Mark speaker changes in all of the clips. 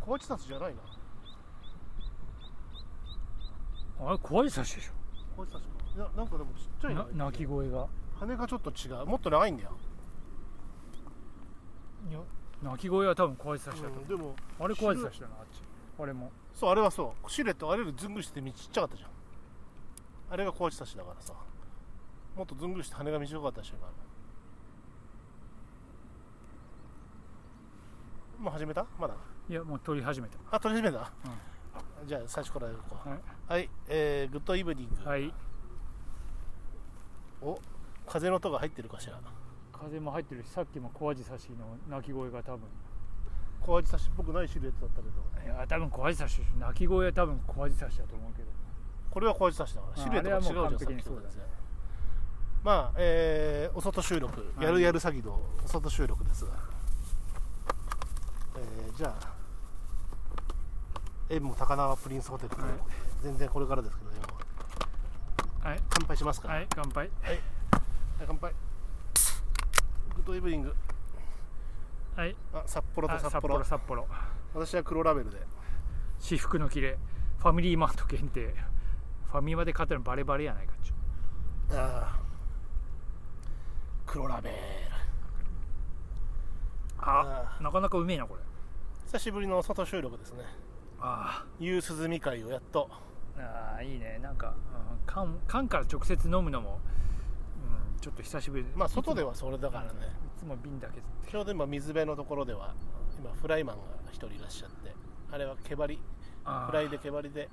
Speaker 1: 小鉢刺しじゃないな
Speaker 2: あれ怖い差しでし
Speaker 1: 小鉢刺しかいやなんかでもちっちゃ
Speaker 2: ょ
Speaker 1: い
Speaker 2: な鳴き声が
Speaker 1: 羽がちょっと違うもっと長いんだよ、
Speaker 2: いや鳴き声は多分怖い差しだと思
Speaker 1: うんでも
Speaker 2: うあれ怖い差しだなあっちあれも
Speaker 1: そうあれはそうシルエットあれよりずんぐりしててちっちゃかったじゃんあれが小鉢刺しだからさもっとずんぐりして羽が短かったでしょ今のもう始めたまだ
Speaker 2: いやもう撮り始めた
Speaker 1: あ、取り始めた、じゃあ最初からやるか
Speaker 2: はい
Speaker 1: はい、えー、グッドイブニング、
Speaker 2: はい
Speaker 1: お風の音が入ってるかしら
Speaker 2: 風も入ってるしさっきも怖い差しの鳴き声が多分
Speaker 1: 小味差しっぽくないシルエットだったけど
Speaker 2: いや多分怖い差しでしょ鳴き声は多分怖い差しだと思うけど
Speaker 1: これは小味差しだから
Speaker 2: あ
Speaker 1: シルエットが違うじゃん
Speaker 2: あれはもう完
Speaker 1: さっ
Speaker 2: 璧に
Speaker 1: き
Speaker 2: そうだね
Speaker 1: とやつまあえー、お外収録
Speaker 2: はい
Speaker 1: やるやる詐欺のお外収録ですが、えー、じゃあ縁も高輪プリンスホテルということで、全然これからですけどねもう
Speaker 2: はい
Speaker 1: 乾杯しますから、
Speaker 2: はい乾杯
Speaker 1: はい乾杯グッドイブニング
Speaker 2: はい
Speaker 1: あ札幌と
Speaker 2: あ
Speaker 1: 札
Speaker 2: 札
Speaker 1: 幌
Speaker 2: 幌札幌
Speaker 1: 私は黒ラベルで
Speaker 2: 私服の切れファミリーマート限定ファミマで買ったのバレバレやないかっちゅう
Speaker 1: ああ黒ラベル
Speaker 2: あなかなかうめえなこれ
Speaker 1: 久しぶりの外収録ですね
Speaker 2: あ
Speaker 1: 夕涼み会をやっと
Speaker 2: あいいねなんか、うん缶缶から直接飲むのも、うん、ちょっと久しぶり
Speaker 1: まあ外で
Speaker 2: は
Speaker 1: はそれだからね
Speaker 2: いつも瓶だけ
Speaker 1: ちょうど今水辺のところでは今フライマンが一人いらっしゃってあれは毛張り
Speaker 2: あ
Speaker 1: フライで毛張りで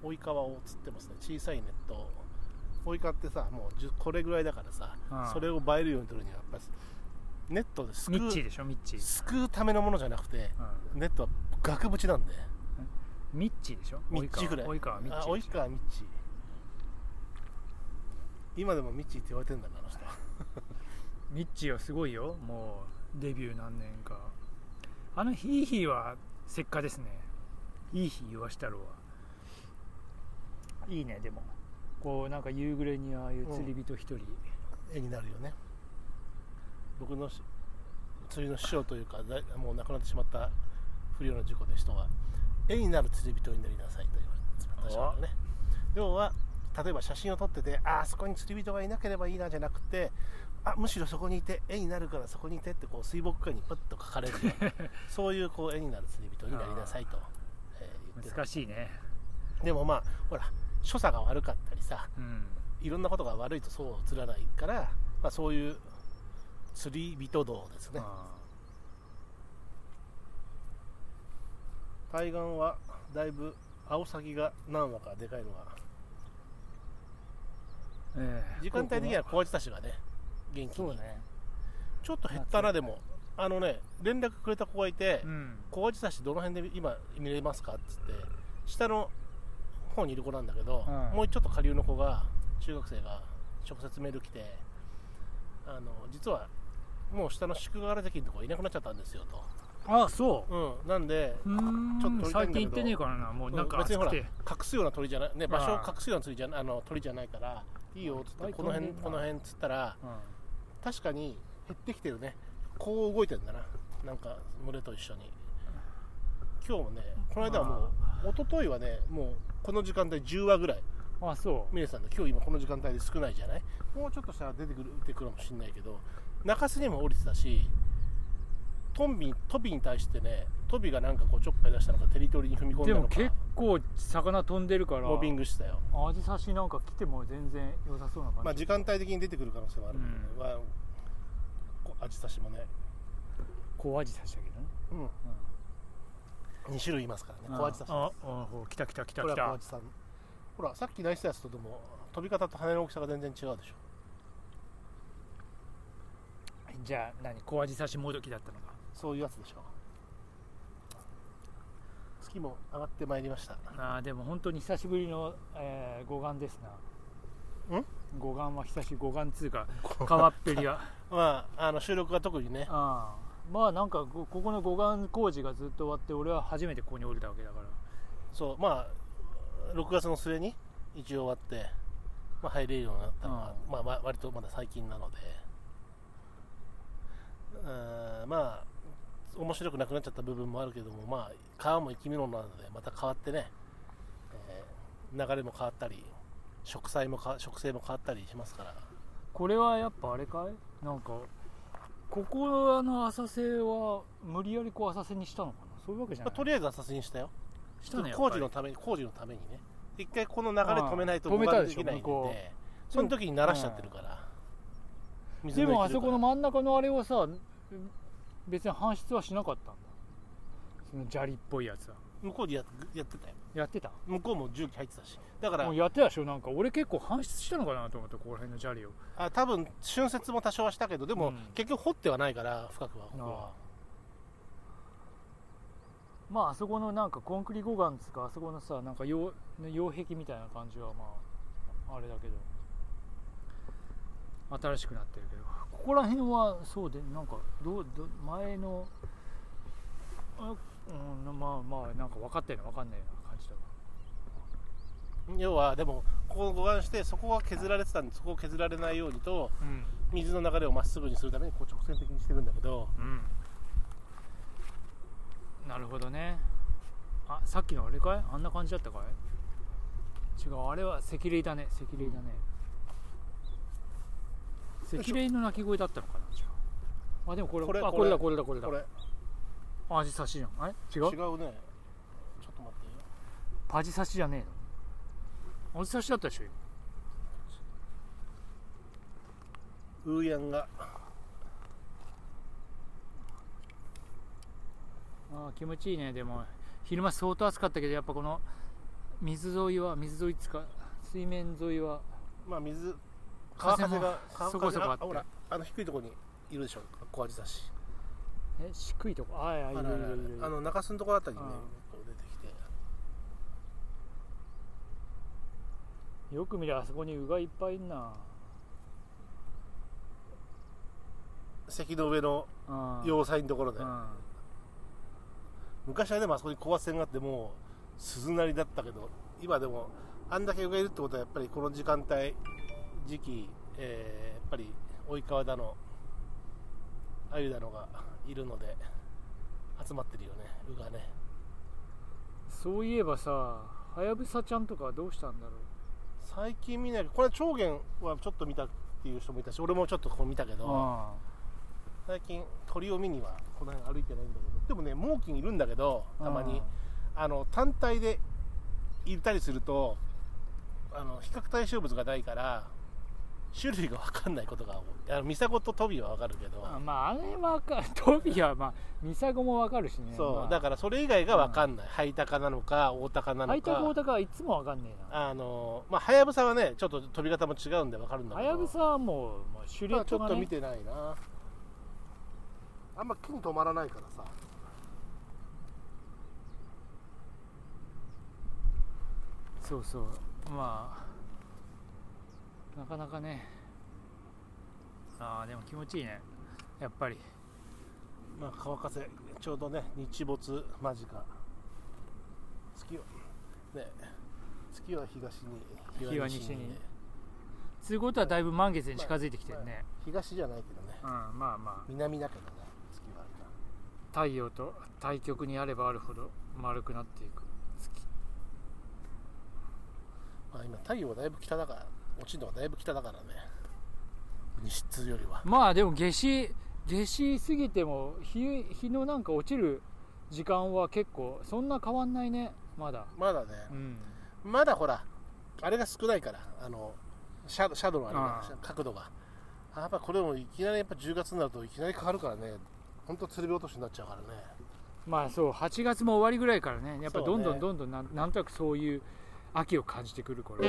Speaker 1: 追い川を釣ってますね小さいネットを追い川ってさもうじゅこれぐらいだからさ
Speaker 2: ああ
Speaker 1: それを映えるように取るにはやっぱりネットですすく
Speaker 2: ミッチー
Speaker 1: う
Speaker 2: でしょミッチー、
Speaker 1: すくうためのものじゃなくて
Speaker 2: う
Speaker 1: ネットは額縁なんで
Speaker 2: ん、ミッチーでしょ
Speaker 1: ミッチーぐらい
Speaker 2: 及川及川ミッ
Speaker 1: あ
Speaker 2: チーでし
Speaker 1: 及川ミッチー今でもミッチーって言われてんだなあの人
Speaker 2: ょミッチーはすごいよもうデビュー何年かあのヒーヒーは石化ですねいい日言わしたろうはいいねでもこうなんか夕暮れにああいう釣り人一人、
Speaker 1: 絵になるよね僕のし釣りの師匠というかだいもう亡くなってしまった不良の事故で人は絵になる釣り人になりなさいと言われて私はね要は例えば写真を撮っててああそこに釣り人がいなければいいなじゃなくてあむしろそこにいて絵になるからそこにいてってこう水墨画にパッと描かれるよ うなそういうこう絵になる釣り人になりなさいと、えー言ってた
Speaker 2: 難しいね
Speaker 1: でもまあほら所作が悪かったりさ
Speaker 2: うん
Speaker 1: いろんなことが悪いとそう映らないから、まあ、そういう釣り人道ですね
Speaker 2: あ
Speaker 1: 対岸はだいぶアオサギが何羽かでかいのが
Speaker 2: ーええ
Speaker 1: 時間帯的には小アジたちがね元気
Speaker 2: そう
Speaker 1: に、
Speaker 2: ね
Speaker 1: ちょっと減ったなでもあのね連絡くれた子がいて
Speaker 2: うん
Speaker 1: 小アジたちどの辺で今見れますかっつって下の方にいる子なんだけど、
Speaker 2: うん
Speaker 1: もうちょっと下流の子が中学生が直接メール来てあの実はもう下の宿河原関のとこいなくなっちゃったんですよと
Speaker 2: ああそう
Speaker 1: うん、なんで、
Speaker 2: うーん
Speaker 1: ちょっと撮りたいんだ
Speaker 2: 最
Speaker 1: けど
Speaker 2: 近行ってねえからなもうなんか
Speaker 1: 別に
Speaker 2: 暑
Speaker 1: ほ
Speaker 2: く
Speaker 1: ら
Speaker 2: て
Speaker 1: 隠すような鳥じゃない、ね、場所を
Speaker 2: ああ
Speaker 1: 隠すような鳥じゃなあの鳥じゃないからいいよっつっ
Speaker 2: い
Speaker 1: て
Speaker 2: っぱい
Speaker 1: この辺
Speaker 2: 飛んでんな
Speaker 1: この辺っつったら
Speaker 2: うん
Speaker 1: 確かに減ってきてるねこう動いてんだななんか群れと一緒に今日もねこの間はもう一昨日はねもうこの時間帯10話ぐらい
Speaker 2: あそう
Speaker 1: 峰さんの今日今この時間帯で少ないじゃないもうちょっとしたら出てくる出てくるかもしれないけど中洲にも降りてたしトンビトビに対してねトビがなんかこうちょっかい出したのかテリトリーに踏み込ん
Speaker 2: で
Speaker 1: だの
Speaker 2: も
Speaker 1: か
Speaker 2: 結構魚飛んでるから
Speaker 1: モビングしてたよ
Speaker 2: アジサシなんか来ても全然良さそうな感じ、
Speaker 1: まあ時間帯的に出てくる可能性もあるけどね、
Speaker 2: うん
Speaker 1: わこうアジサシもね、
Speaker 2: 小アジサシだけどね、
Speaker 1: 2種類いますからね小アジサシ
Speaker 2: あああ来た来た来た
Speaker 1: これ
Speaker 2: 来
Speaker 1: は小
Speaker 2: た
Speaker 1: アジさんほらさっきナイスやつとでも飛び方と羽の大きさが全然違うでしょ
Speaker 2: じゃあ何小アジサシもどきだったのか
Speaker 1: そういうやつでしょ月も上がってまいりました
Speaker 2: ああでも本当に久しぶりの、えー、護岸ですなん護岸は久しぶり護岸通過川っぺりが
Speaker 1: まあ、あの収録が特にね、
Speaker 2: ああまあなんかこここの護岸工事がずっと終わって俺は初めてここに降りたわけだから
Speaker 1: そう、まあ、6月の末に一応終わって、まあ、入れるようになったのが、
Speaker 2: う
Speaker 1: まあわ、割とまだ最近なので、うーんまあ、面白くなくなっちゃった部分もあるけどもまあ川も生き物なのでまた変わってね、えー流れも変わったり植栽もか植生も変わったりしますから
Speaker 2: これはやっぱあれかいなんかここの浅瀬は無理やりこう浅瀬にしたのかなそういうわけじゃ
Speaker 1: ま
Speaker 2: な
Speaker 1: あ
Speaker 2: い、
Speaker 1: とりあえず浅瀬にしたよ
Speaker 2: したねやっぱ
Speaker 1: 工
Speaker 2: り
Speaker 1: 事のために工事のためにね一回この流れ止めないと
Speaker 2: ああ止め
Speaker 1: 僕
Speaker 2: た
Speaker 1: は
Speaker 2: で
Speaker 1: で
Speaker 2: しょ
Speaker 1: きないん
Speaker 2: 向こ
Speaker 1: でその時に鳴らしちゃってるから、水
Speaker 2: で
Speaker 1: 抜いてる
Speaker 2: も
Speaker 1: から
Speaker 2: あそこの真ん中のあれはさ別に搬出はしなかったんだその砂利っぽいやつは
Speaker 1: 向こうでややってたよ
Speaker 2: やってた
Speaker 1: 向こうも重機入ってたしだから
Speaker 2: もうやってたでしょなんか俺結構搬出したのかなと思ってここら辺の砂利を
Speaker 1: あ多分浚渫も多少はしたけどでも、
Speaker 2: うん
Speaker 1: 結局掘ってはないから深くはここ
Speaker 2: あ
Speaker 1: は
Speaker 2: まああそこのなんかコンクリ護岸つうかあそこのさなんか擁擁壁みたいな感じはまああれだけど新しくなってるけどここら辺はそうでなんかどうど前のあうんまあまあなんか分かってるの分かんないような感じだわ
Speaker 1: 要はでもここを護岸してそこが削られてたんでそこを削られないようにと
Speaker 2: うん
Speaker 1: 水の流れをまっすぐにするためにこう直線的にしてるんだけど
Speaker 2: うんなるほどねあさっきのあれかいあんな感じだったかい違うあれは赤霊だね赤霊だね、赤霊の鳴き声だったのかなじゃああでもこれ
Speaker 1: これ
Speaker 2: あ
Speaker 1: こ
Speaker 2: こ
Speaker 1: れ
Speaker 2: れだこれだこれだ
Speaker 1: これ
Speaker 2: パジサシじゃんあれ違
Speaker 1: 違
Speaker 2: う
Speaker 1: うねちょっと待ってよ
Speaker 2: パジサシじゃねえのアジサシだったでしょ今
Speaker 1: ウーヤンが
Speaker 2: ああ気持ちいいねでも昼間相当暑かったけどやっぱこの水沿いは水沿いっつうか水面沿いは
Speaker 1: まあ水川
Speaker 2: 風
Speaker 1: 風
Speaker 2: も
Speaker 1: が川
Speaker 2: そこそこあって
Speaker 1: ほらあの低いところにいるでしょ小アジサシ
Speaker 2: え低いとこああいや
Speaker 1: あ
Speaker 2: いる
Speaker 1: ら
Speaker 2: い
Speaker 1: あ
Speaker 2: る
Speaker 1: らあ
Speaker 2: い
Speaker 1: ら
Speaker 2: るいる
Speaker 1: あの中洲のところあたりにね
Speaker 2: う
Speaker 1: こう出てきて
Speaker 2: よく見りゃあそこに鵜がいっぱいいんな
Speaker 1: 石の上の
Speaker 2: うん
Speaker 1: 要塞のところで
Speaker 2: うん
Speaker 1: 昔はでもあそこに高圧線があってもう鈴なりだったけど今でもあんだけ上がいるってことはやっぱりこの時間帯時期、えーやっぱり及川だの鮎だのがいるので集まってるよね鵜がね
Speaker 2: そういえばさはやぶさちゃんとかはどうしたんだろ
Speaker 1: 最近見ないけどこれは長元はちょっと見たっていう人もいたし俺もちょっとこう見たけ
Speaker 2: う
Speaker 1: ど
Speaker 2: あ
Speaker 1: 最近鳥を見にはこの辺歩いてないんだけどでもね猛禽いるんだけど
Speaker 2: あ
Speaker 1: たまに。あの単体でいたりするとあの比較対象物がないから種類が分かんないことが多いあのミサゴとトビは分かるけど、
Speaker 2: あまああれはわかる トビはまあミサゴもわかるしね
Speaker 1: そう、
Speaker 2: まあ、
Speaker 1: だ
Speaker 2: ら
Speaker 1: からそれ以外が分かんない、ハイタカなのかオオタカな
Speaker 2: ハ
Speaker 1: の
Speaker 2: イタコオ
Speaker 1: か
Speaker 2: タカはいつもわかんねえな
Speaker 1: あのまあハヤブサはねちょっと飛び方も違うんで分かるんだ
Speaker 2: は
Speaker 1: けど
Speaker 2: やぶさはもうもうシュレ
Speaker 1: ま
Speaker 2: ッ
Speaker 1: あちょ
Speaker 2: ト
Speaker 1: っ
Speaker 2: が
Speaker 1: と
Speaker 2: ね、
Speaker 1: 見てないなあんま金止まらないからさ
Speaker 2: そうそうまあなかなかねああでも気持ちいいねやっぱり
Speaker 1: まあ乾かせちょうどね日没間近月をね月は東に
Speaker 2: 日は西につうことはだいぶ満月に近づいてきてるね、
Speaker 1: 東じゃないけどね
Speaker 2: うんまあまあ
Speaker 1: 南だけどね月はあれだ
Speaker 2: 太陽と対極にあればあるほど丸くなっていく
Speaker 1: まあ今太陽はだいぶ北だから落ちるのはだいぶ北だからね西通よりは
Speaker 2: まあでも夏至夏至過ぎても日日のなんか落ちる時間は結構そんな変わんないねまだ
Speaker 1: まだね
Speaker 2: うん
Speaker 1: まだほらあれが少ないからあのシャドシャドウのあれ
Speaker 2: あ
Speaker 1: が角度があやっぱこれもいきなりやっぱ10月になるといきなり変わるからねほんと釣り火落としになっちゃうからね
Speaker 2: まあそう8月も終わりぐらいからねやっぱ
Speaker 1: そう
Speaker 2: ど
Speaker 1: ね
Speaker 2: んどんどんどんなん,、なんとなくそういう秋を感じてくる頃